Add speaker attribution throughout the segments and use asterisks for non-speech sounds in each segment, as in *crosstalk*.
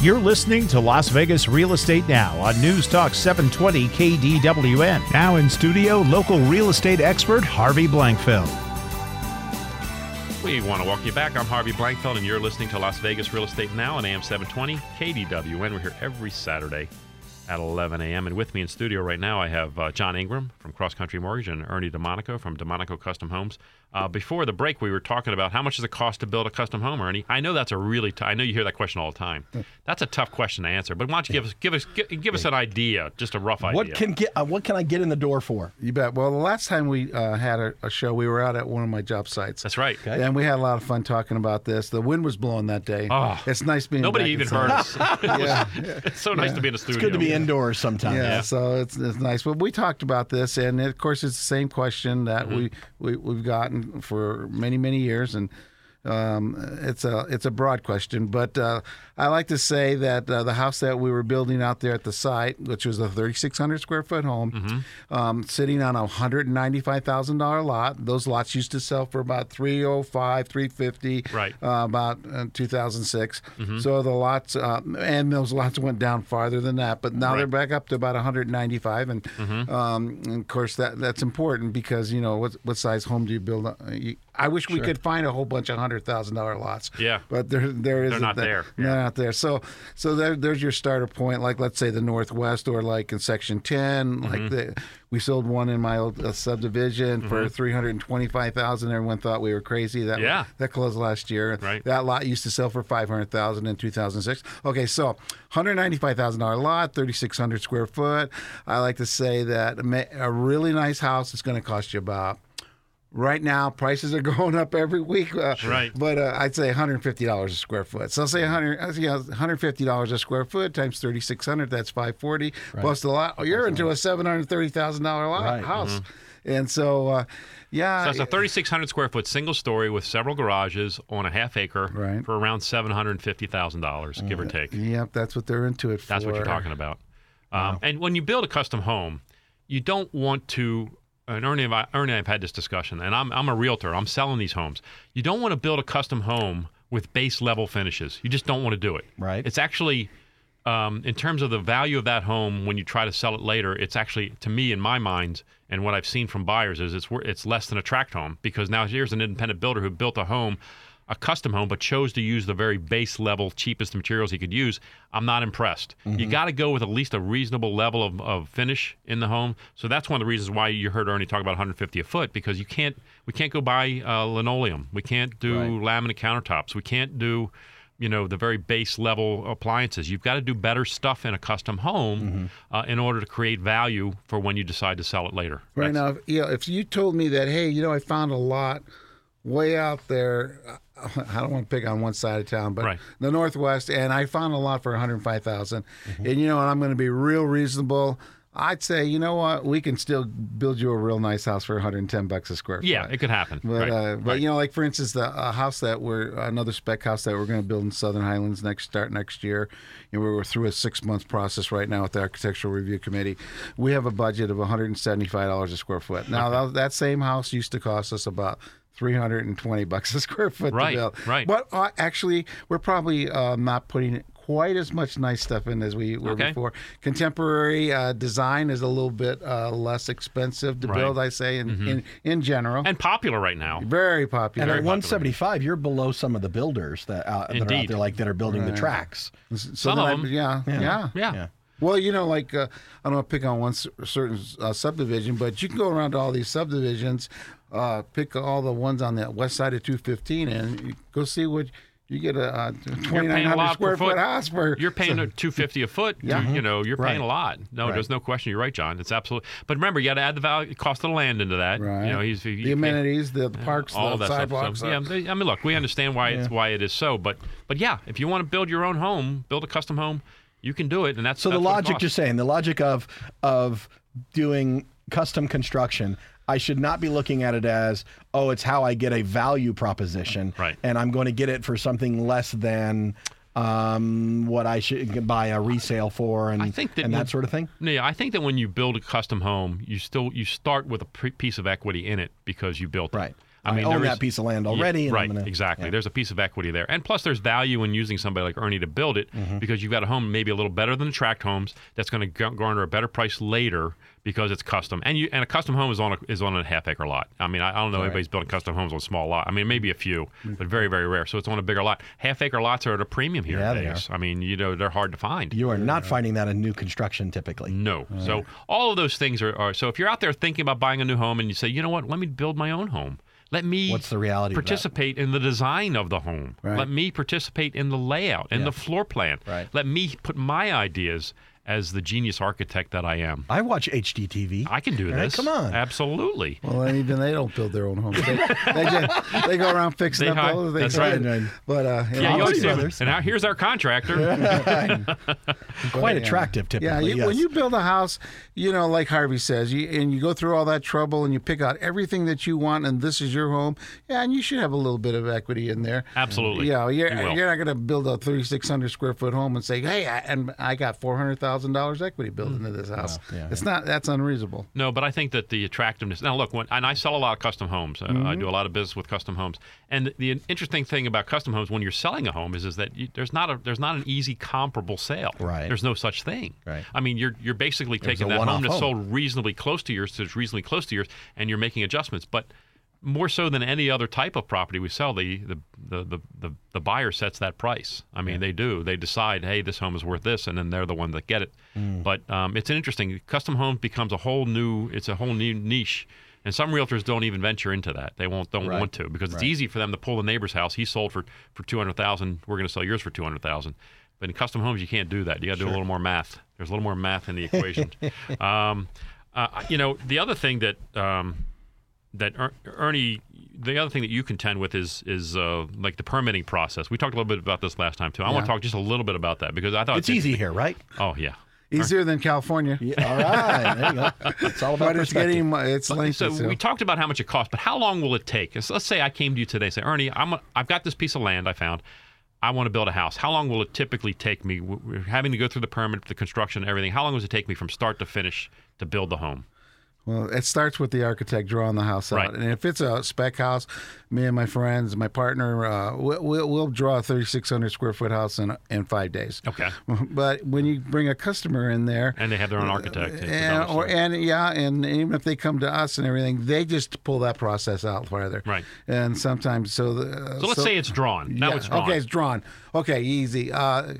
Speaker 1: You're listening to Las Vegas Real Estate Now on News Talk 720 KDWN. Now in studio, local real estate expert Harvey Blankfeld.
Speaker 2: We want to welcome you back. I'm Harvey Blankfeld, and you're listening to Las Vegas Real Estate Now on AM 720 KDWN. We're here every Saturday at 11 a.m. And with me in studio right now, I have uh, John Ingram from Cross Country Mortgage and Ernie DeMonico from DeMonico Custom Homes. Uh, before the break, we were talking about how much does it cost to build a custom home, Ernie? I know that's a really t- I know you hear that question all the time.
Speaker 3: Hmm.
Speaker 2: That's a tough question to answer, but why don't you give us give us give, give us an idea, just a rough idea?
Speaker 3: What can get? Uh, what can I get in the door for?
Speaker 4: You bet. Well, the last time we uh, had a, a show, we were out at one of my job sites.
Speaker 2: That's right.
Speaker 4: And we had a lot of fun talking about this. The wind was blowing that day.
Speaker 2: Oh.
Speaker 4: it's nice being
Speaker 2: Nobody even
Speaker 4: back inside.
Speaker 2: heard us. *laughs*
Speaker 4: *laughs* yeah,
Speaker 2: it's so nice to be in the studio.
Speaker 3: uh, It's good to be indoors sometimes.
Speaker 4: yeah, So it's, it's nice. But we talked about this, and of course, it's the same question that we, we we've gotten for many many years, and um, it's a it's a broad question. But uh, I like to say that uh, the house that we were building out there at the site, which was a 3,600 square foot home, um, sitting on a 195 thousand dollar lot. Those lots used to sell for about 305, 350,
Speaker 2: Right.
Speaker 4: uh, about uh, 2006.
Speaker 2: Mm-hmm.
Speaker 4: So the lots, uh, and those lots went down farther than that, but now they're back up to about 195. And,
Speaker 2: Mm-hmm.
Speaker 4: um, and of course, that that's important because you know what what size home do you build? Uh, you- I wish we could find a whole bunch of hundred thousand dollar lots.
Speaker 2: Yeah.
Speaker 4: but there there is
Speaker 2: not there.
Speaker 4: They're not there. So so there, there's your starter point. Like let's say the northwest, or like in section 10
Speaker 2: Mm-hmm.
Speaker 4: like the. We sold one in my old uh, subdivision for three hundred and twenty-five thousand. Everyone thought we were crazy. That
Speaker 2: Yeah.
Speaker 4: that closed last year.
Speaker 2: Right.
Speaker 4: That lot used to sell for five hundred thousand in two thousand six. Okay, so hundred ninety-five thousand dollar lot, thirty-six hundred square foot. I like to say that a ma- a really nice house is going to cost you about. Right now, prices are *laughs* going up every week. Uh,
Speaker 2: Right.
Speaker 4: But uh, I'd say $150 a square foot. So say 100, uh, yeah, $150 a square foot times 3600 that's 540 plus the lot. Oh, you're into a $730,000 lot
Speaker 3: Right.
Speaker 4: house. And so, uh, yeah.
Speaker 2: Mm-hmm. So it's a 3,600 square foot single story with several garages on a half acre
Speaker 4: Right.
Speaker 2: for around $750,000, give or take.
Speaker 4: Yep, that's what they're into it for.
Speaker 2: That's what you're talking about. Um, And when you build a custom home, you don't want to. And Ernie, and I, Ernie, and I've had this discussion, and I'm I'm a realtor. I'm selling these homes. You don't want to build a custom home with base level finishes. You just don't want to do it.
Speaker 3: Right.
Speaker 2: It's actually, um, in terms of the value of that home when you try to sell it later, it's actually to me in my mind and what I've seen from buyers is it's wor- it's less than a tract home because now here's an independent builder who built a home. A custom home, but chose to use the very base level, cheapest materials he could use. I'm not impressed. You got to go with at least a reasonable level of, of finish in the home. So that's one of the reasons why you heard Ernie talk about 150 a foot because you can't. We can't go buy uh, linoleum. We can't do laminate countertops. We can't do you know the very base level appliances you've got to do better stuff in a custom home
Speaker 4: Mm-hmm.
Speaker 2: uh, in order to create value for when you decide to sell it later
Speaker 4: Right now, if, you know, if you told me that, hey, you know, I found a lot way out there. uh, I don't want to pick on one side of town, but
Speaker 2: Right.
Speaker 4: the Northwest, and I found a lot for 105000 And, you know, and I'm going to be real reasonable. I'd say, you know what, we can still build you a real nice house for 110 bucks a square foot.
Speaker 2: yeah it could happen
Speaker 4: But,
Speaker 2: right.
Speaker 4: uh, but
Speaker 2: Right.
Speaker 4: you know, like for instance, the uh, house that we're another spec house that we're going to build in Southern Highlands next start next year. You know, we're through a six month process right now with the architectural review committee. We have a budget of one hundred and seventy five dollars a square foot. Now that, that same house used to cost us about. 320 bucks a square foot
Speaker 2: Right,
Speaker 4: to build.
Speaker 2: right.
Speaker 4: But uh, actually, we're probably uh, not putting quite as much nice stuff in as we were
Speaker 2: Okay.
Speaker 4: before. Contemporary uh, design is a little bit uh, less expensive to
Speaker 2: Right. Mm-hmm.
Speaker 4: build, I say, in, in, in general.
Speaker 2: and popular right now
Speaker 4: Very popular.
Speaker 3: And at
Speaker 2: popular.
Speaker 3: 175, you're below some of the builders that, uh, that are out
Speaker 2: Indeed.
Speaker 3: there, like that are building the tracks.
Speaker 4: S- so
Speaker 2: Some
Speaker 4: then
Speaker 2: of
Speaker 4: I-
Speaker 2: them.
Speaker 4: yeah, yeah,
Speaker 2: yeah,
Speaker 3: Yeah.
Speaker 4: Well, you know, like uh, I don't want to pick on one s- certain uh, subdivision, but you can go around to all these subdivisions, uh, pick all the ones on that west side of 215, and you go see what you get a uh,
Speaker 2: You're paying a
Speaker 4: 2,900
Speaker 2: lot
Speaker 4: square
Speaker 2: per
Speaker 4: foot house for.
Speaker 2: You're paying a 250 a foot.
Speaker 4: Yeah.
Speaker 2: You, you know, you're paying
Speaker 3: Right.
Speaker 2: a lot. No, there's no question. You're right, John. It's absolutely. But remember, you got to add the value, cost of the land into that.
Speaker 4: right.
Speaker 2: You know, he's you
Speaker 4: the
Speaker 2: can't-
Speaker 4: amenities, the parks,
Speaker 2: all
Speaker 4: the
Speaker 2: of that
Speaker 4: sidewalks. uh,
Speaker 2: stuff. So, yeah, they- I mean, look, we understand why it's why it is so, but but yeah, if you want to build your own home, build a custom home, you can do it, and that's
Speaker 3: So
Speaker 2: that's
Speaker 3: the
Speaker 2: what it
Speaker 3: logic
Speaker 2: costs.
Speaker 3: you're saying, the logic of of doing custom construction, I should not be looking at it as, oh, it's how I get a value proposition,
Speaker 2: Right.
Speaker 3: And I'm going to get it for something less than um, what I should buy a resale for, and
Speaker 2: I think that
Speaker 3: and
Speaker 2: when-
Speaker 3: that sort of thing.
Speaker 2: No, Yeah, I think that when you build a custom home, you still you start with a pre- piece of equity in it because you built it.
Speaker 3: Right.
Speaker 2: I mean,
Speaker 3: own
Speaker 2: there
Speaker 3: that
Speaker 2: is-
Speaker 3: piece of land
Speaker 2: Yeah,
Speaker 3: already. and I'm
Speaker 2: right,
Speaker 3: gonna-
Speaker 2: exactly.
Speaker 3: yeah.
Speaker 2: There's a piece of equity there, and plus there's value in using somebody like Ernie to build it
Speaker 3: Mm-hmm.
Speaker 2: because you've got a home maybe a little better than the tract homes that's going to garner a better price later because it's custom, and you and a custom home is on a, is on a half acre lot. I mean, I, I don't know anybody's building custom homes on a small lot. I mean, maybe a few,
Speaker 3: Mm-hmm.
Speaker 2: but very very rare. So it's on a bigger lot. Half acre lots are at a premium here
Speaker 3: Yeah,
Speaker 2: in
Speaker 3: they
Speaker 2: Vegas. I mean, you know, they're hard to find.
Speaker 3: You are not finding that in new construction typically.
Speaker 2: No. So all of those things are, are. So if you're out there thinking about buying a new home and you say, you know what, let me build my own home. Let me
Speaker 3: What's the reality of that?
Speaker 2: participate in the design of the home.
Speaker 4: Right.
Speaker 2: Let me participate in the layout and the floor plan.
Speaker 3: Right.
Speaker 2: Let me put my ideas as the genius architect that I am.
Speaker 3: I watch HGTV.
Speaker 2: I can do
Speaker 3: All right,
Speaker 2: this.
Speaker 3: come on.
Speaker 2: Absolutely.
Speaker 4: Well, and even they don't build their own homes. They, they, just, they go around
Speaker 2: *laughs*
Speaker 4: fixing
Speaker 2: They
Speaker 4: up
Speaker 2: hire-
Speaker 4: all of the
Speaker 2: that's
Speaker 4: things.
Speaker 2: right.
Speaker 3: Right.
Speaker 4: But uh, you
Speaker 2: yeah,
Speaker 4: know,
Speaker 2: you always
Speaker 3: Allman
Speaker 2: do.
Speaker 3: Brothers.
Speaker 2: And now here's our
Speaker 3: *laughs*
Speaker 2: contractor.
Speaker 3: Quite
Speaker 4: yeah.
Speaker 3: attractive
Speaker 4: Yeah,
Speaker 3: typically.
Speaker 4: you,
Speaker 3: yes.
Speaker 4: when you build a house, you know, like Harvey says, you, and you go through all that trouble and you pick out everything that you want, and this is your home. Yeah, and you should have a little bit of equity in there.
Speaker 2: Absolutely.
Speaker 4: Yeah, you're,
Speaker 2: You will.
Speaker 4: you're not going to build a 3,600 square foot home and say, "Hey, I, and I got 400,000 dollars equity built into this house." It's not that's unreasonable.
Speaker 2: No, but I think that the attractiveness. Now, look, when, and I sell a lot of custom homes. Uh, I
Speaker 3: Mm-hmm.
Speaker 2: do a lot of business with custom homes. And the interesting thing about custom homes, when you're selling a home, is is that you, there's not a there's not an easy comparable sale.
Speaker 3: Right.
Speaker 2: There's no such thing.
Speaker 3: Right.
Speaker 2: I mean, you're you're basically taking
Speaker 3: a
Speaker 2: that
Speaker 3: one-off
Speaker 2: home that's
Speaker 3: home.
Speaker 2: sold reasonably close to yours, that's reasonably close to yours, and you're making adjustments, but. More so than any other type of property we sell, the the, the, the, the, the buyer sets that price. I mean, they do. They decide, hey, this home is worth this, and then they're the one that get it.
Speaker 3: Mm.
Speaker 2: But um, it's an interesting. Custom home becomes a whole new. It's a whole new niche, and some realtors don't even venture into that. They won't don't want to because it's easy for them to pull the neighbor's house. He sold for for two hundred thousand. We're going to sell yours for two hundred thousand. But in custom homes, you can't do that. You got to do a little more math. There's a little more math in the
Speaker 3: *laughs*
Speaker 2: equation. um, uh, you know, the other thing that um, that er- Ernie, the other thing that you contend with is is uh, like the permitting process. We talked a little bit about this last time too. I want to talk just a little bit about that because I thought
Speaker 3: it's easy here, right?
Speaker 2: Oh yeah.
Speaker 4: Easier than California,
Speaker 3: *laughs* Yeah, all right. There you go. It's all about
Speaker 4: but it's
Speaker 3: perspective.
Speaker 4: getting mu- it's lengthy.
Speaker 2: So we talked about how much it costs, but how long will it take? So Let's say I came to you today, and say Ernie, I'm a, I've got this piece of land I found. I want to build a house. How long will it typically take me? W- w- Having to go through the permit, the construction, everything. How long does it take me from start to finish to build the home?
Speaker 4: Well, it starts with the architect drawing the house out,
Speaker 2: Right.
Speaker 4: and if it's a spec house, me and my friends, my partner, uh, we'll, we'll, we'll draw a 3,600 square foot house in in five days.
Speaker 2: Okay.
Speaker 4: *laughs* But when you bring a customer in there,
Speaker 2: And they have their own architect. It's
Speaker 4: and,
Speaker 2: another
Speaker 4: Uh, or,
Speaker 2: story.
Speaker 4: and yeah, and even if they come to us and everything, they just pull that process out farther.
Speaker 2: Right.
Speaker 4: And sometimes, so the,
Speaker 2: so let's say it's drawn. Now
Speaker 4: yeah,
Speaker 2: it's drawn.
Speaker 4: Okay, it's drawn. Okay, easy. Uh,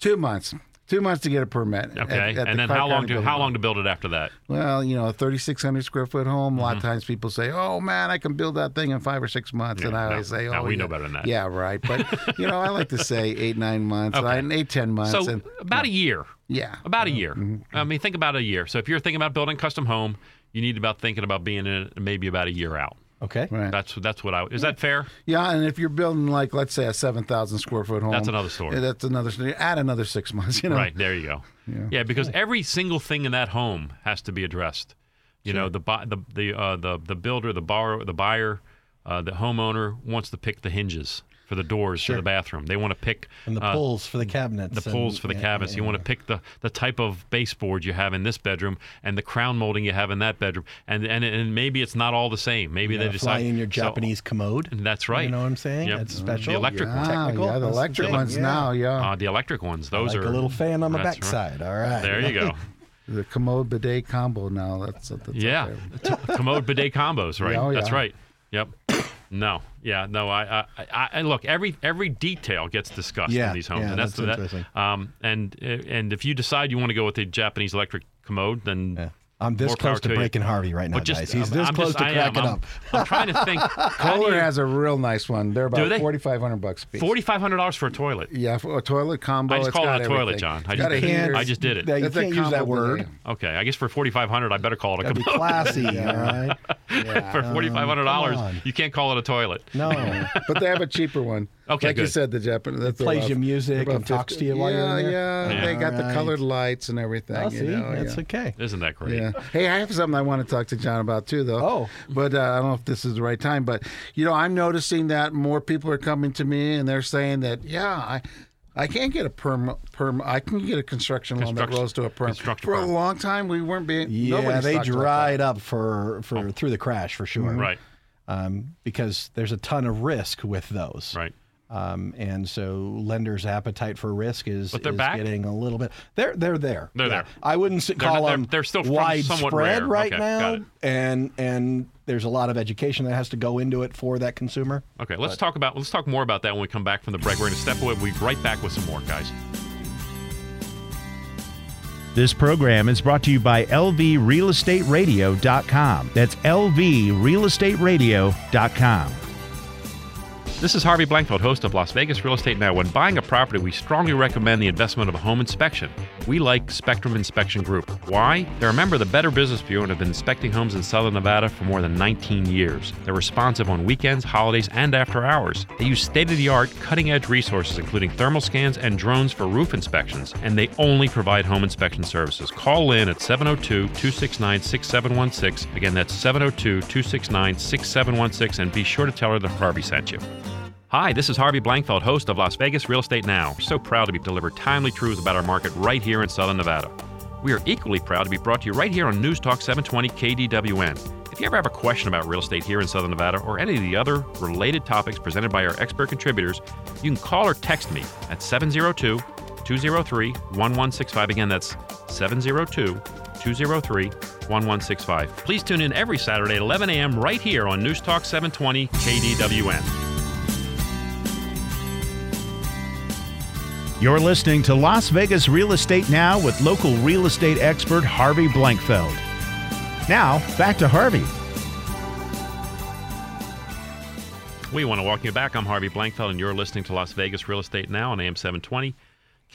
Speaker 4: two months. Two months to get a permit. at-
Speaker 2: Okay.
Speaker 4: at the
Speaker 2: and then
Speaker 4: Clark
Speaker 2: how long
Speaker 4: County
Speaker 2: to
Speaker 4: Building
Speaker 2: how long to build it after that?
Speaker 4: well, you know, a 3,600 square foot home. A lot
Speaker 2: Mm-hmm.
Speaker 4: of times people say, oh man, I can build that thing in five or six months. and I
Speaker 2: no,
Speaker 4: always say, oh,
Speaker 2: no, we
Speaker 4: yeah.
Speaker 2: know better than that.
Speaker 4: Yeah,
Speaker 2: *laughs*
Speaker 4: right. But, you know, I like to say eight, nine months,
Speaker 2: Okay.
Speaker 4: nine, eight, ten months.
Speaker 2: So Um,
Speaker 4: and
Speaker 2: about a year.
Speaker 4: yeah. Mm-hmm.
Speaker 2: About a year. I mean, think about a year. So if you're thinking about building a custom home, you need about thinking about being in it maybe about a year out.
Speaker 3: Okay.
Speaker 4: Right.
Speaker 2: That's that's what I is that fair?
Speaker 4: Yeah, and if you're building like let's say a seven thousand square foot home,
Speaker 2: That's another story.
Speaker 4: yeah, That's another story. Add another six months,
Speaker 3: *laughs*
Speaker 4: you know.
Speaker 2: Right there you go. Yeah, because every single thing in that home has to be addressed. You know, the bu- the the uh, the the builder, the borrower, the buyer, uh, the homeowner wants to pick the hinges for the doors for the bathroom. They want to pick
Speaker 3: And the
Speaker 2: uh,
Speaker 3: pulls for the cabinets.
Speaker 2: the
Speaker 3: and-
Speaker 2: pulls for the
Speaker 3: yeah,
Speaker 2: cabinets. you want to pick the, the type of baseboard you have in this bedroom and the crown molding you have in that bedroom. And and, and maybe it's not all the same. Maybe they
Speaker 3: gotta fly
Speaker 2: decide
Speaker 3: in your
Speaker 2: so-
Speaker 3: Japanese commode.
Speaker 2: that's right.
Speaker 3: You know what I'm saying?
Speaker 2: Yep. Mm-hmm.
Speaker 3: That's special.
Speaker 2: The electric
Speaker 4: Ah,
Speaker 2: ones.
Speaker 3: Technical,
Speaker 4: yeah, the
Speaker 3: that's
Speaker 4: electric
Speaker 3: big,
Speaker 4: ones
Speaker 3: yeah.
Speaker 4: now, yeah.
Speaker 2: Uh, the electric ones. Those
Speaker 3: Like
Speaker 2: are
Speaker 3: a little fan on the
Speaker 2: that's right.
Speaker 3: backside. All right.
Speaker 2: There you go.
Speaker 3: *laughs*
Speaker 4: the commode bidet combo now. That's, that's up
Speaker 2: yeah,
Speaker 4: there.
Speaker 2: T- commode bidet combos. Right.
Speaker 4: Yeah, oh,
Speaker 2: That's
Speaker 4: yeah.
Speaker 2: right. Yep. *coughs* No. Yeah. No. I, I- I. I. Look. Every. Every detail gets discussed
Speaker 3: Yeah,
Speaker 2: in these homes.
Speaker 3: yeah,
Speaker 2: and that's,
Speaker 3: that's
Speaker 2: that-
Speaker 3: interesting.
Speaker 2: um. And and if you decide you want to go with the Japanese electric commode, then
Speaker 3: Yeah. I'm this
Speaker 2: More power
Speaker 3: close to
Speaker 2: to you.
Speaker 3: breaking Harvey right now,
Speaker 2: But just,
Speaker 3: guys. He's
Speaker 2: I'm-
Speaker 3: this
Speaker 2: I'm
Speaker 3: close
Speaker 2: just-
Speaker 3: to
Speaker 2: I am.
Speaker 3: cracking
Speaker 2: I'm-
Speaker 3: up.
Speaker 2: I'm trying to
Speaker 3: *laughs*
Speaker 2: think. how do
Speaker 4: Kohler
Speaker 2: you-
Speaker 4: has a real nice one. They're
Speaker 2: Do
Speaker 4: about
Speaker 2: they?
Speaker 4: forty five hundred bucks a piece.
Speaker 2: Forty-five hundred dollars for a toilet.
Speaker 4: Yeah, for a toilet combo.
Speaker 2: I just
Speaker 4: it's
Speaker 2: call it
Speaker 4: got
Speaker 2: a toilet,
Speaker 4: everything.
Speaker 2: John. I
Speaker 4: It's got
Speaker 2: just
Speaker 4: a
Speaker 2: did it.
Speaker 4: heater.
Speaker 2: I just did it.
Speaker 3: Yeah, you
Speaker 4: That's a
Speaker 3: can't use
Speaker 4: combo
Speaker 3: that word.
Speaker 4: bidet.
Speaker 2: Okay, I guess for forty-five hundred, I better call it a *laughs*
Speaker 3: Gotta be
Speaker 2: commode.
Speaker 3: classy. all right.
Speaker 2: *laughs* for forty-five hundred dollars,
Speaker 3: come on.
Speaker 2: you can't call it a toilet.
Speaker 3: No.
Speaker 4: *laughs* but they have a cheaper one.
Speaker 2: *laughs* Okay,
Speaker 4: like you
Speaker 2: good.
Speaker 4: said, the Japanese that's
Speaker 3: plays
Speaker 4: about-
Speaker 3: your music
Speaker 4: about
Speaker 3: and talks
Speaker 4: 50
Speaker 3: to you while
Speaker 4: yeah,
Speaker 3: you're in there.
Speaker 4: Yeah,
Speaker 2: Yeah.
Speaker 4: They got
Speaker 3: Alright.
Speaker 4: the colored lights and everything.
Speaker 3: I'll
Speaker 4: you
Speaker 3: see.
Speaker 4: know,
Speaker 3: That's
Speaker 4: yeah.
Speaker 3: okay.
Speaker 2: Isn't that great?
Speaker 4: Yeah. Hey, I have something I want to talk to John about too, though.
Speaker 3: Oh.
Speaker 4: But uh, I don't know if this is the right time. But you know, I'm noticing that more people are coming to me and they're saying that, yeah, I. I can't get a perm. Perm. I can get a construction loan that
Speaker 2: Construct-
Speaker 4: rolls to a perm.
Speaker 2: construct a
Speaker 4: For a
Speaker 2: perm.
Speaker 4: long time, we weren't being.
Speaker 3: Yeah,
Speaker 4: nobody's
Speaker 3: they
Speaker 4: talked about that. Oh.
Speaker 3: dried up for for through the crash for sure.
Speaker 2: Right.
Speaker 3: um, because there's a ton of risk with those.
Speaker 2: Right.
Speaker 3: Um, and so lenders' appetite for risk is,
Speaker 2: they're
Speaker 3: is
Speaker 2: back?
Speaker 3: getting a little bit. They're they're there.
Speaker 2: They're there.
Speaker 3: I wouldn't s-
Speaker 2: They're
Speaker 3: call
Speaker 2: not- they're-
Speaker 3: them
Speaker 2: they're still from somewhat
Speaker 3: widespread
Speaker 2: rare.
Speaker 3: right
Speaker 2: Okay, got it.
Speaker 3: now, and and there's a lot of education that has to go into it for that consumer.
Speaker 2: Okay, let's talk about let's talk more about that when we come back from the break. We're going to step away. We'll be right back with some more, guys.
Speaker 1: This program is brought to you by LVRealestateRadio.com. That's LVRealestateRadio.com.
Speaker 2: This is Harvey Blankfeld, host of Las Vegas Real Estate Now. When buying a property, we strongly recommend the investment of a home inspection. We like Spectrum Inspection Group. Why? They're a member of the Better Business Bureau and have been inspecting homes in Southern Nevada for more than 19 years. They're responsive on weekends, holidays, and after hours. They use state of the art, cutting edge resources, including thermal scans and drones for roof inspections, and they only provide home inspection services. Call in at 702 269 6716. Again, that's 702 269 6716, and be sure to tell her that Harvey sent you. Hi, this is Harvey Blankfeld, host of Las Vegas Real Estate Now. We're so proud to be delivered timely truths about our market right here in Southern Nevada. We are equally proud to be brought to you right here on News Talk 720 KDWN. If you ever have a question about real estate here in Southern Nevada or any of the other related topics presented by our expert contributors, you can call or text me at 702 203 1165. Again, that's 702 203 1165. Please tune in every Saturday at 11 a.m. right here on News Talk 720 KDWN.
Speaker 1: You're listening to Las Vegas Real Estate Now with local real estate expert Harvey Blankfeld. Now, back to Harvey.
Speaker 2: We want to welcome you back. I'm Harvey Blankfeld, and you're listening to Las Vegas Real Estate Now on AM 720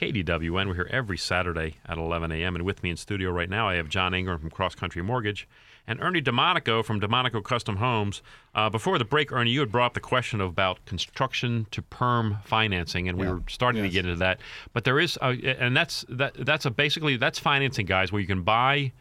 Speaker 2: KDWN. We're here every Saturday at 11 a.m. And with me in studio right now, I have John Ingram from Cross Country Mortgage and Ernie DeMonico from DeMonico Custom Homes. Uh, before the break, Ernie, you had brought up the question of about construction to perm financing, and we were starting to get into that. But there is, uh, and that's that, that's a basically that's financing, guys, where you can buy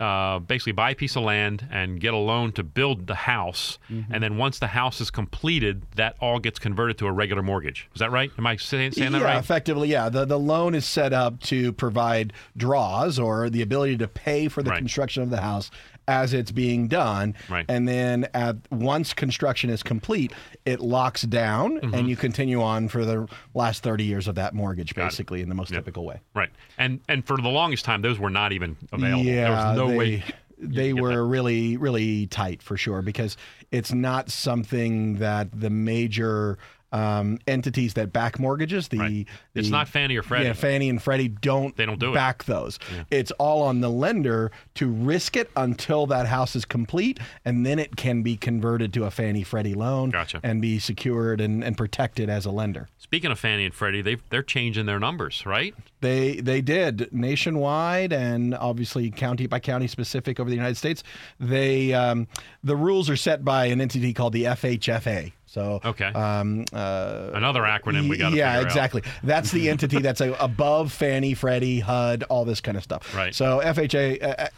Speaker 2: uh, basically buy a piece of land and get a loan to build the house,
Speaker 3: Mm-hmm.
Speaker 2: and then once the house is completed, that all gets converted to a regular mortgage. Is that right? Am I saying, saying that
Speaker 3: yeah,
Speaker 2: right?
Speaker 3: effectively, yeah. The the loan is set up to provide draws or the ability to pay for the
Speaker 2: Right.
Speaker 3: construction of the house as it's being done.
Speaker 2: Right.
Speaker 3: And then at once construction is complete, it locks down
Speaker 2: Mm-hmm.
Speaker 3: and you continue on for the last 30 years of that mortgage basically in the most typical way.
Speaker 2: Right. And and for the longest time, those were not even available. there
Speaker 3: Yeah,
Speaker 2: was no
Speaker 3: they,
Speaker 2: way.
Speaker 3: They were really, really tight for sure because it's not something that the major um, entities that back mortgages, the,
Speaker 2: It's
Speaker 3: the-
Speaker 2: not Fannie or Freddie.
Speaker 3: Yeah, Fannie and Freddie don't
Speaker 2: They don't do it.
Speaker 3: back those. It's all on the lender to risk it until that house is complete, and then it can be converted to a Fannie Freddie loan
Speaker 2: Gotcha.
Speaker 3: and be secured and, and protected as a lender.
Speaker 2: Speaking of Fannie and Freddie, they they're changing their numbers, right?
Speaker 3: They they did nationwide and obviously county by county specific over the United States. They um, the rules are set by an entity called the FHFA. So
Speaker 2: Okay.
Speaker 3: um, uh,
Speaker 2: Another acronym we got to
Speaker 3: yeah,
Speaker 2: figure out.
Speaker 3: exactly. That's the entity
Speaker 2: *laughs*
Speaker 3: that's uh, above Fannie, Freddie, HUD, all this kind of stuff.
Speaker 2: Right.
Speaker 3: So FHA, uh,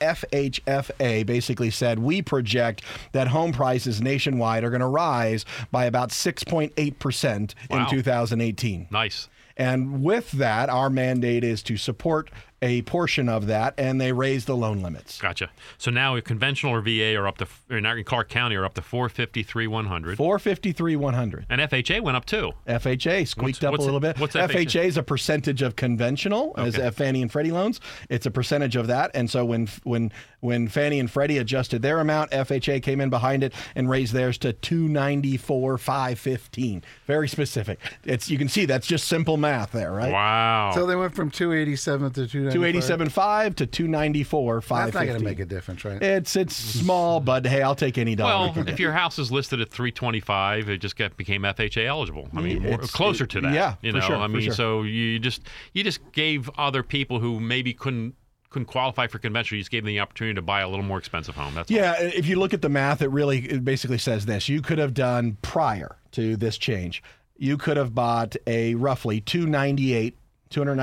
Speaker 3: FHFA basically said we project that home prices nationwide are going to rise by about 6.8 percent
Speaker 2: Wow.
Speaker 3: in 2018.
Speaker 2: Nice.
Speaker 3: And with that, our mandate is to support a portion of that, and they raise the loan limits.
Speaker 2: Gotcha. So now a conventional or VA are up to, or not in Clark County are up to 453, 100.
Speaker 3: 453 100.
Speaker 2: And FHA went up too.
Speaker 3: FHA squeaked
Speaker 2: What's-
Speaker 3: up
Speaker 2: what's-
Speaker 3: a little bit.
Speaker 2: what's FHA?
Speaker 3: FHA? is a percentage of conventional as
Speaker 2: Okay.
Speaker 3: uh, Fannie and Freddie loans. It's a percentage of that, and so when when when Fannie and Freddie adjusted their amount, FHA came in behind it and raised theirs to two ninety four five fifteen. Very specific. It's you can see that's just simple math there, right?
Speaker 2: Wow.
Speaker 4: So they went from 287 to 295.
Speaker 3: Two eighty seven five to two ninety four
Speaker 4: That's
Speaker 3: five
Speaker 4: not going to
Speaker 3: fifteen.
Speaker 4: make a difference, right?
Speaker 3: It's it's small, but hey, I'll take any dollar.
Speaker 2: well, if your house is listed at 325, it just got, became FHA eligible. I mean, more,
Speaker 3: It's-
Speaker 2: closer to that.
Speaker 3: yeah,
Speaker 2: you
Speaker 3: for
Speaker 2: know.
Speaker 3: sure,
Speaker 2: I
Speaker 3: for
Speaker 2: mean,
Speaker 3: sure.
Speaker 2: so you just you just gave other people who maybe couldn't couldn't qualify for conventional, you just gave them the opportunity to buy a little more expensive home. That's all.
Speaker 3: yeah, i- if you look at the math, it really it basically says this: you could have done prior to this change, you could have bought a roughly two ninety eight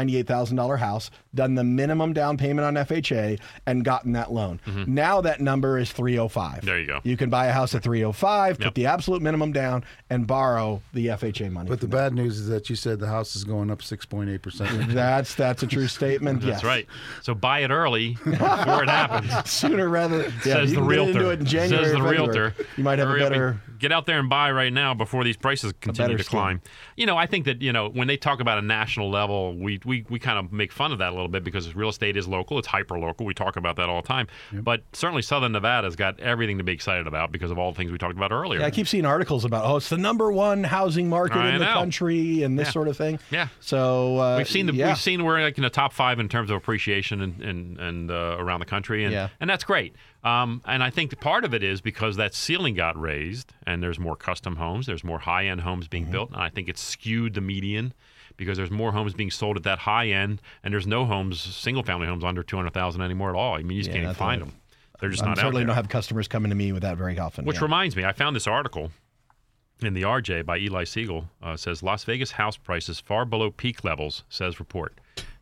Speaker 3: $298,000 house, done the minimum down payment on FHA, and gotten that loan. Now that number is 305.
Speaker 2: Mm-hmm. There you go.
Speaker 3: You can buy a house at 305, put the absolute minimum down, and borrow the FHA money.
Speaker 4: But the bad news is that you said the house is going up 6.8%.
Speaker 3: that's that's a true statement.
Speaker 2: That's right. So buy it early before
Speaker 3: *laughs*
Speaker 2: it happens.
Speaker 3: Sooner rather
Speaker 2: *laughs*
Speaker 3: yeah,
Speaker 2: says the
Speaker 3: you can get into
Speaker 2: realtor.
Speaker 3: it in January.
Speaker 2: says the
Speaker 3: or February.
Speaker 2: realtor.
Speaker 3: You might have a
Speaker 2: Hurry up and
Speaker 3: better.
Speaker 2: get out there and buy right now before these prices continue
Speaker 3: better
Speaker 2: to
Speaker 3: scheme.
Speaker 2: climb. You know, I think that you know when they talk about a national level, we we, we kind of make fun of that a little bit because real estate is local. It's hyper local. We talk about that all the time. But certainly Southern Nevada's got everything to be excited about because of all the things we talked about earlier.
Speaker 3: I keep seeing articles about oh, it's the number one housing market
Speaker 2: I
Speaker 3: in the
Speaker 2: know.
Speaker 3: country and this
Speaker 2: Yeah.
Speaker 3: sort of thing.
Speaker 2: Yeah.
Speaker 3: So uh,
Speaker 2: We've seen the
Speaker 3: yeah.
Speaker 2: we've seen we're like in the top five in terms of appreciation and and, and uh, around the country and
Speaker 3: Yeah.
Speaker 2: and that's great. Um, and I think part of it is because that ceiling got raised and there's more custom homes, there's more high end homes
Speaker 3: Mm-hmm.
Speaker 2: being built, and I think it's skewed the median because there's more homes being sold at that high end, and there's no homes, single family homes under two hundred thousand anymore at all. I mean, you just can't even
Speaker 3: that's
Speaker 2: find
Speaker 3: right.
Speaker 2: them. They're just
Speaker 3: I
Speaker 2: not out
Speaker 3: certainly
Speaker 2: there.
Speaker 3: don't have customers coming to me with that very often.
Speaker 2: Which
Speaker 3: yeah.
Speaker 2: reminds me, I found this article in the RJ by Eli Siegel. Uh, says Las Vegas house prices far below peak levels, says report.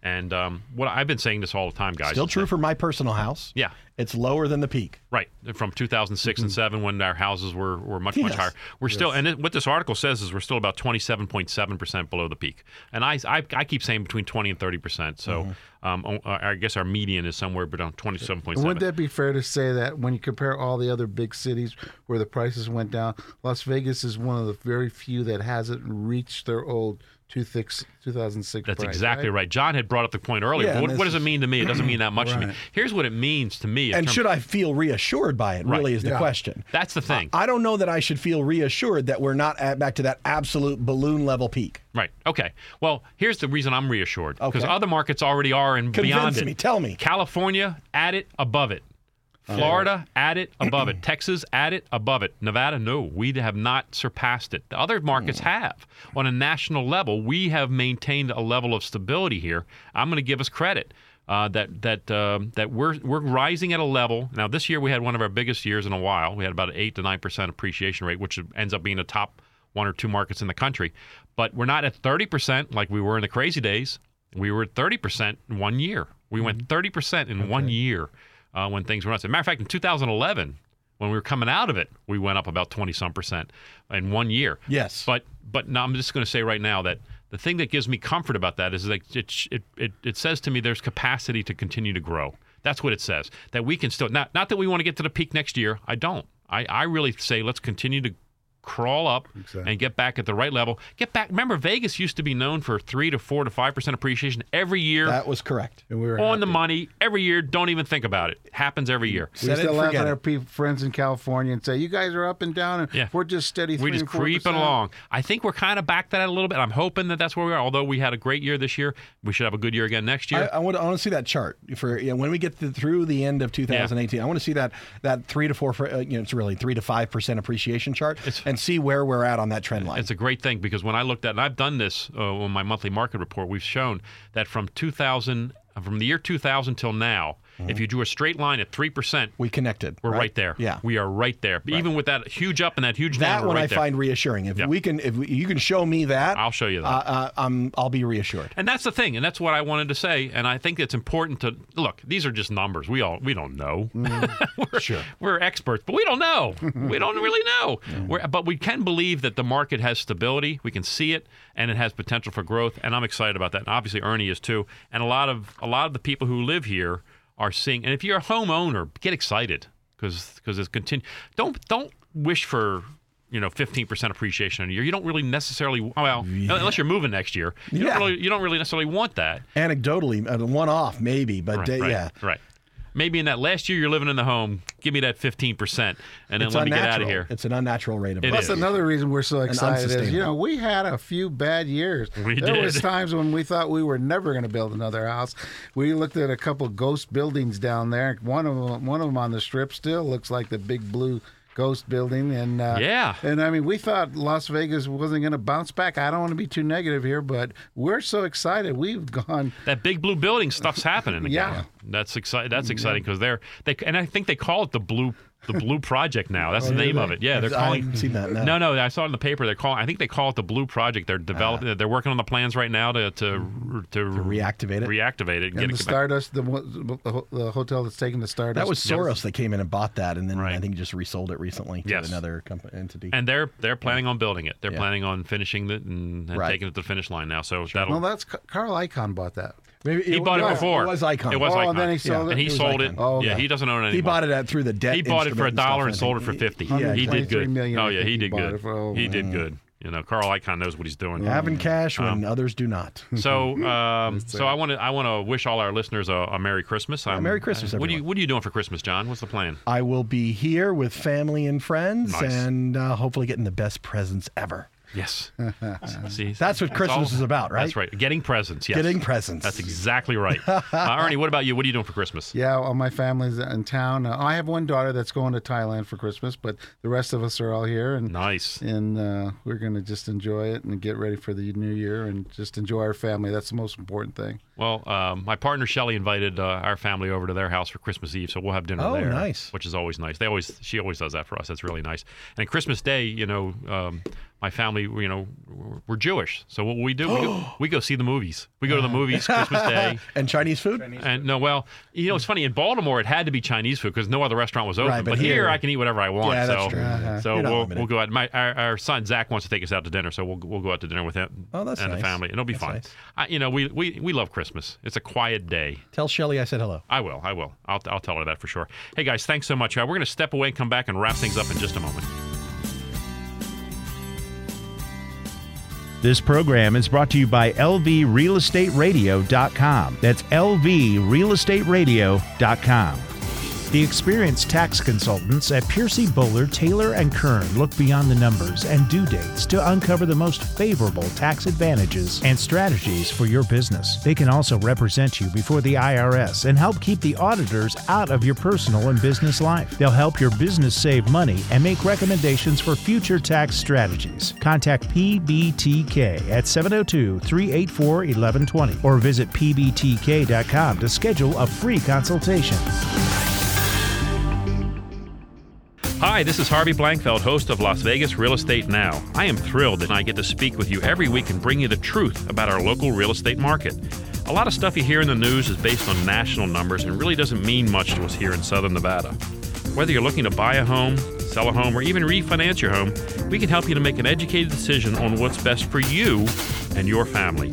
Speaker 2: And um, what I've been saying this all the time, guys.
Speaker 3: Still
Speaker 2: is
Speaker 3: true
Speaker 2: that-
Speaker 3: for my personal house.
Speaker 2: Yeah.
Speaker 3: It's lower than the peak.
Speaker 2: Right, from 2006 and seven, when our houses were, were much much
Speaker 3: Mm-hmm. Yes.
Speaker 2: higher, we're still and it, what this article says is we're still about 27.7 percent below the peak, and I, I I keep saying between 20 and 30 percent. So
Speaker 3: Mm-hmm.
Speaker 2: um, I I guess our median is somewhere between 27.7.
Speaker 4: Wouldn't that be fair to say that when you compare all the other big cities where the prices went down, Las Vegas is one of the very few that hasn't reached their old two six- 2006
Speaker 2: That's
Speaker 4: price,
Speaker 2: exactly
Speaker 4: right?
Speaker 2: right? John had brought up the point earlier.
Speaker 3: Yeah,
Speaker 2: but
Speaker 3: and
Speaker 2: what,
Speaker 3: this
Speaker 2: what does it
Speaker 3: is-
Speaker 2: mean to me? It doesn't mean that much to me. Here's what it means to me. in
Speaker 3: And
Speaker 2: terms-
Speaker 3: should I feel reassured by it?
Speaker 2: Right.
Speaker 3: Really is the question.
Speaker 2: That's the thing.
Speaker 3: I don't know that I should feel reassured that we're not at back to that absolute balloon level peak.
Speaker 2: right. Okay. Well, here's the reason I'm reassured because
Speaker 3: Okay.
Speaker 2: other markets already are and
Speaker 3: Convince
Speaker 2: beyond it.
Speaker 3: me. Tell me.
Speaker 2: California at it above it. Florida at it above it. Texas at it above it. Nevada, no, we have not surpassed it. The other markets have. On a national level, we have maintained a level of stability here. I'm going to give us credit. Uh, that that um, that we're we're rising at a level now. This year we had one of our biggest years in a while. We had about an eight to nine percent appreciation rate, which ends up being the top one or two markets in the country. But we're not at 30% like we were in the crazy days. We were at 30% in one year. We went 30% in one year uh, when things were nuts. As a matter of fact, in 2011, when we were coming out of it, we went up about 20 some percent in one year.
Speaker 3: Yes.
Speaker 2: But but now I'm just going to say right now that the thing that gives me comfort about that is that it, it it it says to me there's capacity to continue to grow. That's what it says. That we can still not not that we want to get to the peak next year. I don't. I I really say let's continue to crawl up and get back at the right level. Get back. Remember, Vegas used to be known for three to four to five percent appreciation every year.
Speaker 3: That was correct.
Speaker 4: And we were
Speaker 2: on the money every year. Don't even think about it. Happens every year.
Speaker 4: We
Speaker 3: Set it
Speaker 4: used to
Speaker 3: and
Speaker 4: laugh
Speaker 3: forget
Speaker 4: at our
Speaker 3: it.
Speaker 4: pe- friends in California and say, "You guys are up and down, and
Speaker 2: Yeah.
Speaker 4: we're just steady."
Speaker 2: We
Speaker 4: three
Speaker 2: just
Speaker 4: and 4%."
Speaker 2: creeping along. I think we're kind of back to that a little bit. I'm hoping that that's where we are. Although we had a great year this year, we should have a good year again next year.
Speaker 3: I, I want, I want to see that chart for you know, when we get to, through the end of 2018. I want to see that that three to four, fr- uh, you know, it's really three to five percent appreciation chart, and see where we're at on that trend line.
Speaker 2: it's a great thing because when I looked at, and I've done this uh, on my monthly market report, we've shown that from 2000, from the year 2000 till now,
Speaker 3: Mm-hmm.
Speaker 2: if you drew a straight line at three percent,
Speaker 3: We connected.
Speaker 2: we're right, there.
Speaker 3: Yeah.
Speaker 2: we are right there. Even with that huge up and that huge down,
Speaker 3: that
Speaker 2: we're
Speaker 3: one
Speaker 2: right
Speaker 3: I
Speaker 2: there.
Speaker 3: find reassuring. If
Speaker 2: Yeah.
Speaker 3: we can, if we, you can show me that,
Speaker 2: I'll show you that.
Speaker 3: Uh, uh, I'm, I'll be reassured.
Speaker 2: And that's the thing, and that's what I wanted to say. And I think it's important to look. These are just numbers. We all we don't know. *laughs* we're,
Speaker 3: Mm. Sure.
Speaker 2: we're experts, but we don't know. we don't really know. We're, but we can believe that the market has stability. We can see it, and it has potential for growth. And I'm excited about that. And obviously, Ernie is too. And a lot of a lot of the people who live here are seeing. And if you're a homeowner, get excited because because it's continue. Don't don't wish for. You know, fifteen percent appreciation in a year. You don't really necessarily well, unless you're moving next year. You
Speaker 3: Yeah.
Speaker 2: don't really you don't really necessarily want that.
Speaker 3: Anecdotally, uh, one off maybe, but uh,
Speaker 2: right,
Speaker 3: yeah,
Speaker 2: Right. Maybe in that last year you're living in the home, give me that 15% and then
Speaker 3: it's
Speaker 2: let
Speaker 3: unnatural.
Speaker 2: me get out of here.
Speaker 3: It's an unnatural rate of
Speaker 2: It
Speaker 4: That's
Speaker 2: is.
Speaker 4: another reason we're so excited. Is you
Speaker 3: unsustainable.
Speaker 4: know we had a few bad years.
Speaker 2: We
Speaker 4: there
Speaker 2: did.
Speaker 4: was times when we thought we were never going to build another house. We looked at a couple ghost buildings down there. One of them, one of them on the strip, still looks like the big blue ghost building. And uh,
Speaker 2: Yeah.
Speaker 4: and I mean we thought Las Vegas wasn't going to bounce back. I don't want to be too negative here, but we're so excited. We've gone.
Speaker 2: That big blue building stuff's happening again.
Speaker 4: Yeah.
Speaker 2: That's exciting. That's exciting because they're they and I think they call it the blue the Blue Project now. That's the
Speaker 3: do
Speaker 2: name of
Speaker 3: they?
Speaker 2: it. Yeah, they're
Speaker 3: I
Speaker 2: calling.
Speaker 3: haven't seen that,
Speaker 2: *laughs*
Speaker 3: no.
Speaker 2: no, I saw it in the paper. They're calling. I think they call it the Blue Project. They're developing.
Speaker 3: Ah.
Speaker 2: they're working on the plans right now to to to,
Speaker 3: reactivate it.
Speaker 2: Reactivate it. And get
Speaker 4: And the
Speaker 2: it back.
Speaker 4: Stardust, the, one- the ho- the hotel that's taking the Stardust.
Speaker 3: That was Soros that came in and bought that, and then I
Speaker 2: Right.
Speaker 3: think just resold it recently to
Speaker 2: Yes.
Speaker 3: another company entity.
Speaker 2: And they're they're planning on building it. They're
Speaker 3: Yeah.
Speaker 2: planning on finishing it and, and
Speaker 3: Right.
Speaker 2: taking it to the finish line now. So that'll
Speaker 4: Well, that's Carl Icahn bought that.
Speaker 3: Maybe
Speaker 2: He bought it
Speaker 3: was-
Speaker 2: before.
Speaker 3: It was Icon.
Speaker 2: It was
Speaker 4: Oh, and
Speaker 2: Icon.
Speaker 4: then he sold
Speaker 2: yeah.
Speaker 4: it?
Speaker 2: And he
Speaker 4: It was
Speaker 2: sold it.
Speaker 4: Icon. Oh,
Speaker 2: Yeah,
Speaker 4: okay.
Speaker 2: he doesn't own it anymore.
Speaker 3: He bought it at through the debt.
Speaker 2: He bought it for a
Speaker 3: instrument stuff,
Speaker 2: dollar
Speaker 3: I
Speaker 2: and sold it for
Speaker 3: think.
Speaker 2: fifty.
Speaker 3: Yeah,
Speaker 2: he did good.
Speaker 4: 123 million,
Speaker 2: oh
Speaker 4: I
Speaker 2: yeah,
Speaker 4: think
Speaker 2: he
Speaker 4: he
Speaker 2: did
Speaker 4: bought
Speaker 2: good.
Speaker 4: it for, oh,
Speaker 2: he did good. You know, Carl Icahn knows what he's doing.
Speaker 3: Having cash
Speaker 2: Um,
Speaker 3: when others do not.
Speaker 2: So, um, so I want to I want to wish all our listeners a, a Merry Christmas. I'm- uh,
Speaker 3: Merry Christmas,
Speaker 2: What are you
Speaker 3: everyone.
Speaker 2: What are you doing for Christmas, John? What's the plan?
Speaker 3: I will be here with family and friends,
Speaker 2: Nice.
Speaker 3: and uh, hopefully getting the best presents ever.
Speaker 2: Yes. *laughs* See,
Speaker 3: That's what
Speaker 2: it's
Speaker 3: Christmas is about, right?
Speaker 2: That's right. Getting presents. Yes.
Speaker 3: Getting presents.
Speaker 2: That's exactly
Speaker 3: *laughs*
Speaker 2: right. Uh, Ernie, what about you? What are you doing for Christmas?
Speaker 4: Yeah, all my family's in town. Uh, I have one daughter that's going to Thailand for Christmas, but the rest of us are all here, and
Speaker 2: Nice.
Speaker 4: and uh, we're gonna just enjoy it and get ready for the new year and just enjoy our family. That's the most important thing.
Speaker 2: Well, um, my partner Shelly invited uh, our family over to their house for Christmas Eve, so we'll have dinner
Speaker 3: Oh,
Speaker 2: there.
Speaker 3: nice.
Speaker 2: Which is always nice. They always she always does that for us. That's really nice. And Christmas Day, you know, um, my family, you know, we're- we're Jewish, so what we do, we
Speaker 3: *gasps*
Speaker 2: go, we go see the movies. We go to the
Speaker 3: *laughs*
Speaker 2: movies Christmas Day.
Speaker 3: And Chinese food?
Speaker 2: And no, well, you know, it's funny. In Baltimore, it had to be Chinese food because no other restaurant was open.
Speaker 3: Right, but
Speaker 2: but here,
Speaker 3: here-
Speaker 2: I can eat whatever I want.
Speaker 3: Yeah, that's
Speaker 2: so,
Speaker 3: true. uh-huh.
Speaker 2: so
Speaker 3: You're not
Speaker 2: we'll,
Speaker 3: limited.
Speaker 2: we'll go out. My our, our son Zach wants to take us out to dinner, so we'll we'll go out to dinner with him
Speaker 3: Oh, that's
Speaker 2: and
Speaker 3: nice.
Speaker 2: the family. It'll be
Speaker 3: That's
Speaker 2: fun.
Speaker 3: nice.
Speaker 2: I, you know, we, we we love Christmas. It's a quiet day.
Speaker 3: Tell Shelly I said hello.
Speaker 2: I will. I will. I'll, I'll tell her that for sure. Hey guys, thanks so much. Uh, we're going to step away and come back and wrap things up in just a moment.
Speaker 1: This program is brought to you by LVRealestateRadio.com. That's LVRealestateRadio.com. The experienced tax consultants at Piercy Bowler, Taylor, and Kern look beyond the numbers and due dates to uncover the most favorable tax advantages and strategies for your business. They can also represent you before the IRS and help keep the auditors out of your personal and business life. They'll help your business save money and make recommendations for future tax strategies. Contact PBTK at 702 384 1120 or visit PBTK.com to schedule a free consultation.
Speaker 2: Hi, this is Harvey Blankfeld, host of Las Vegas Real Estate Now. I am thrilled that I get to speak with you every week and bring you the truth about our local real estate market. A lot of stuff you hear in the news is based on national numbers and really doesn't mean much to us here in Southern Nevada. Whether you're looking to buy a home, sell a home, or even refinance your home, we can help you to make an educated decision on what's best for you and your family.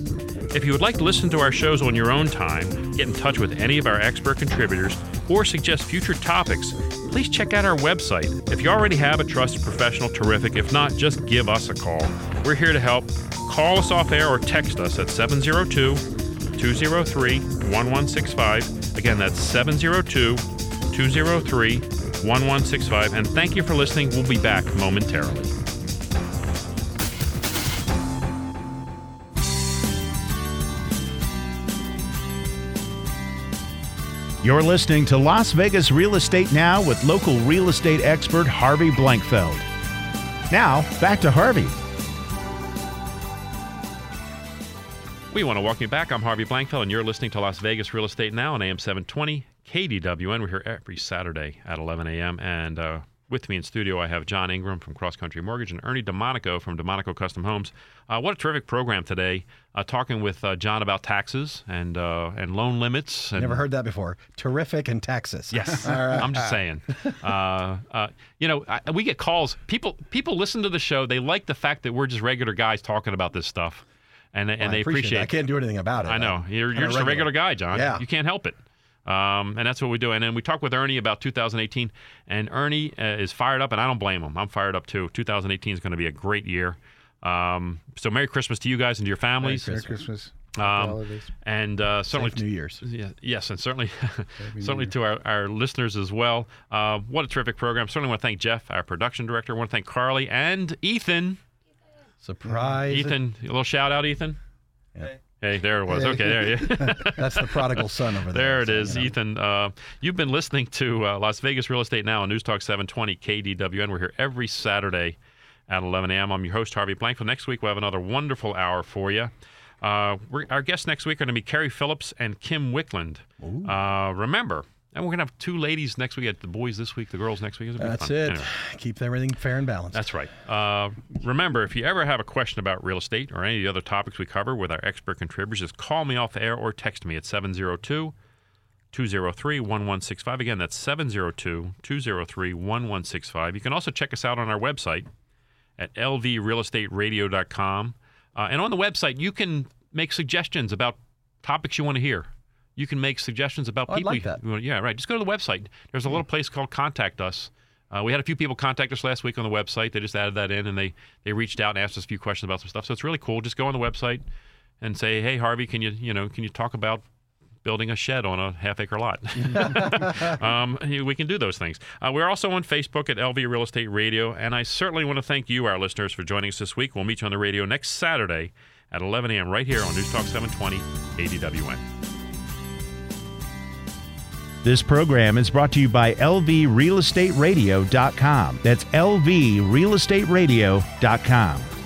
Speaker 2: If you would like to listen to our shows on your own time, get in touch with any of our expert contributors, or suggest future topics, please check out our website. If you already have a trusted professional, terrific. If not, just give us a call. We're here to help. Call us off air or text us at 702 203 1165. Again, that's 702 203 1165. And thank you for listening. We'll be back momentarily.
Speaker 1: You're listening to Las Vegas Real Estate Now with local real estate expert Harvey Blankfeld. Now, back to Harvey.
Speaker 2: We want to welcome you back. I'm Harvey Blankfeld, and you're listening to Las Vegas Real Estate Now on AM 720 KDWN. We're here every Saturday at 11 a.m. And uh, with me in studio, I have John Ingram from Cross Country Mortgage and Ernie DeMonico from DeMonico Custom Homes. Uh, what a terrific program today! Uh, talking with uh, John about taxes and uh, and loan limits. And,
Speaker 3: Never heard that before. Terrific in Texas.
Speaker 2: Mm.
Speaker 3: *laughs*
Speaker 2: Yes, I'm just saying. Uh, uh, you know, I, we get calls. People people listen to the show. They like the fact that we're just regular guys talking about this stuff, and and
Speaker 3: I
Speaker 2: they
Speaker 3: appreciate it. I
Speaker 2: appreciate
Speaker 3: can't do anything about it.
Speaker 2: I know. You're,
Speaker 3: kinda
Speaker 2: you're just a regular guy, John.
Speaker 3: Yeah.
Speaker 2: You can't help it. Um, and that's what we do. And then we talked with Ernie about 2018, and Ernie uh, is fired up, and I don't blame him. I'm fired up too. 2018 is going to be a great year. Um, so Merry Christmas to you guys and to your families.
Speaker 4: Merry Christmas.
Speaker 2: Um,
Speaker 4: holidays.
Speaker 2: And uh, certainly
Speaker 3: Safe New Year's.
Speaker 2: yeah, yes, and certainly, *laughs* certainly to our, our listeners as well. Uh, what a terrific program! Certainly want to thank Jeff, our production director. want to thank Carly and Ethan.
Speaker 3: Surprise.
Speaker 2: *laughs* Ethan, a little shout out, Ethan.
Speaker 3: Yeah.
Speaker 2: Hey, there it was.
Speaker 4: Hey.
Speaker 2: Okay, there
Speaker 3: *laughs*
Speaker 2: you. *laughs*
Speaker 3: That's the prodigal son over
Speaker 2: There
Speaker 3: there.
Speaker 2: it is, Ethan. Uh, you've been listening to uh, Las Vegas Real Estate Now on News Talk 720 KDWN. We're here every Saturday at 11 a.m. I'm your host, Harvey Blankfeld. Next week, we'll have another wonderful hour for you. Uh, we're, our guests next week are going to be Carrie Phillips and Kim Wickland. Uh, remember, And we're gonna have two ladies next week. At the boys this week, the girls next week. It's gonna be
Speaker 3: That's
Speaker 2: fun.
Speaker 3: it.
Speaker 2: Anyway.
Speaker 3: Keep everything fair and balanced.
Speaker 2: That's right. Uh, remember, if you ever have a question about real estate or any of the other topics we cover with our expert contributors, just call me off the air or text me at 702 203 1165. Again, that's 702 203 1165. You can also check us out on our website at lvrealestateradio.com. Uh, and on the website, you can make suggestions about topics you want to hear. You can make suggestions about
Speaker 3: Oh, I'd
Speaker 2: people.
Speaker 3: like
Speaker 2: you-
Speaker 3: that. Mm.
Speaker 2: you want- yeah, right. Just go to the website. There's a little place called Contact Us. Uh, we had a few people contact us last week on the website. They just added that in and they, they reached out and asked us a few questions about some stuff. So it's really cool. Just go on the website and say, hey, Harvey, can you, you know, can you talk about building a shed on a half acre lot. *laughs* um, we can do those things. Uh, we're also on Facebook at LV Real Estate Radio, and I certainly want to thank you, our listeners, for joining us this week. We'll meet you on the radio next Saturday at 11 a.m. right here on News Talk 720 ADWN.
Speaker 1: This program is brought to you by LVRealestateRadio.com. That's LVRealestateRadio.com.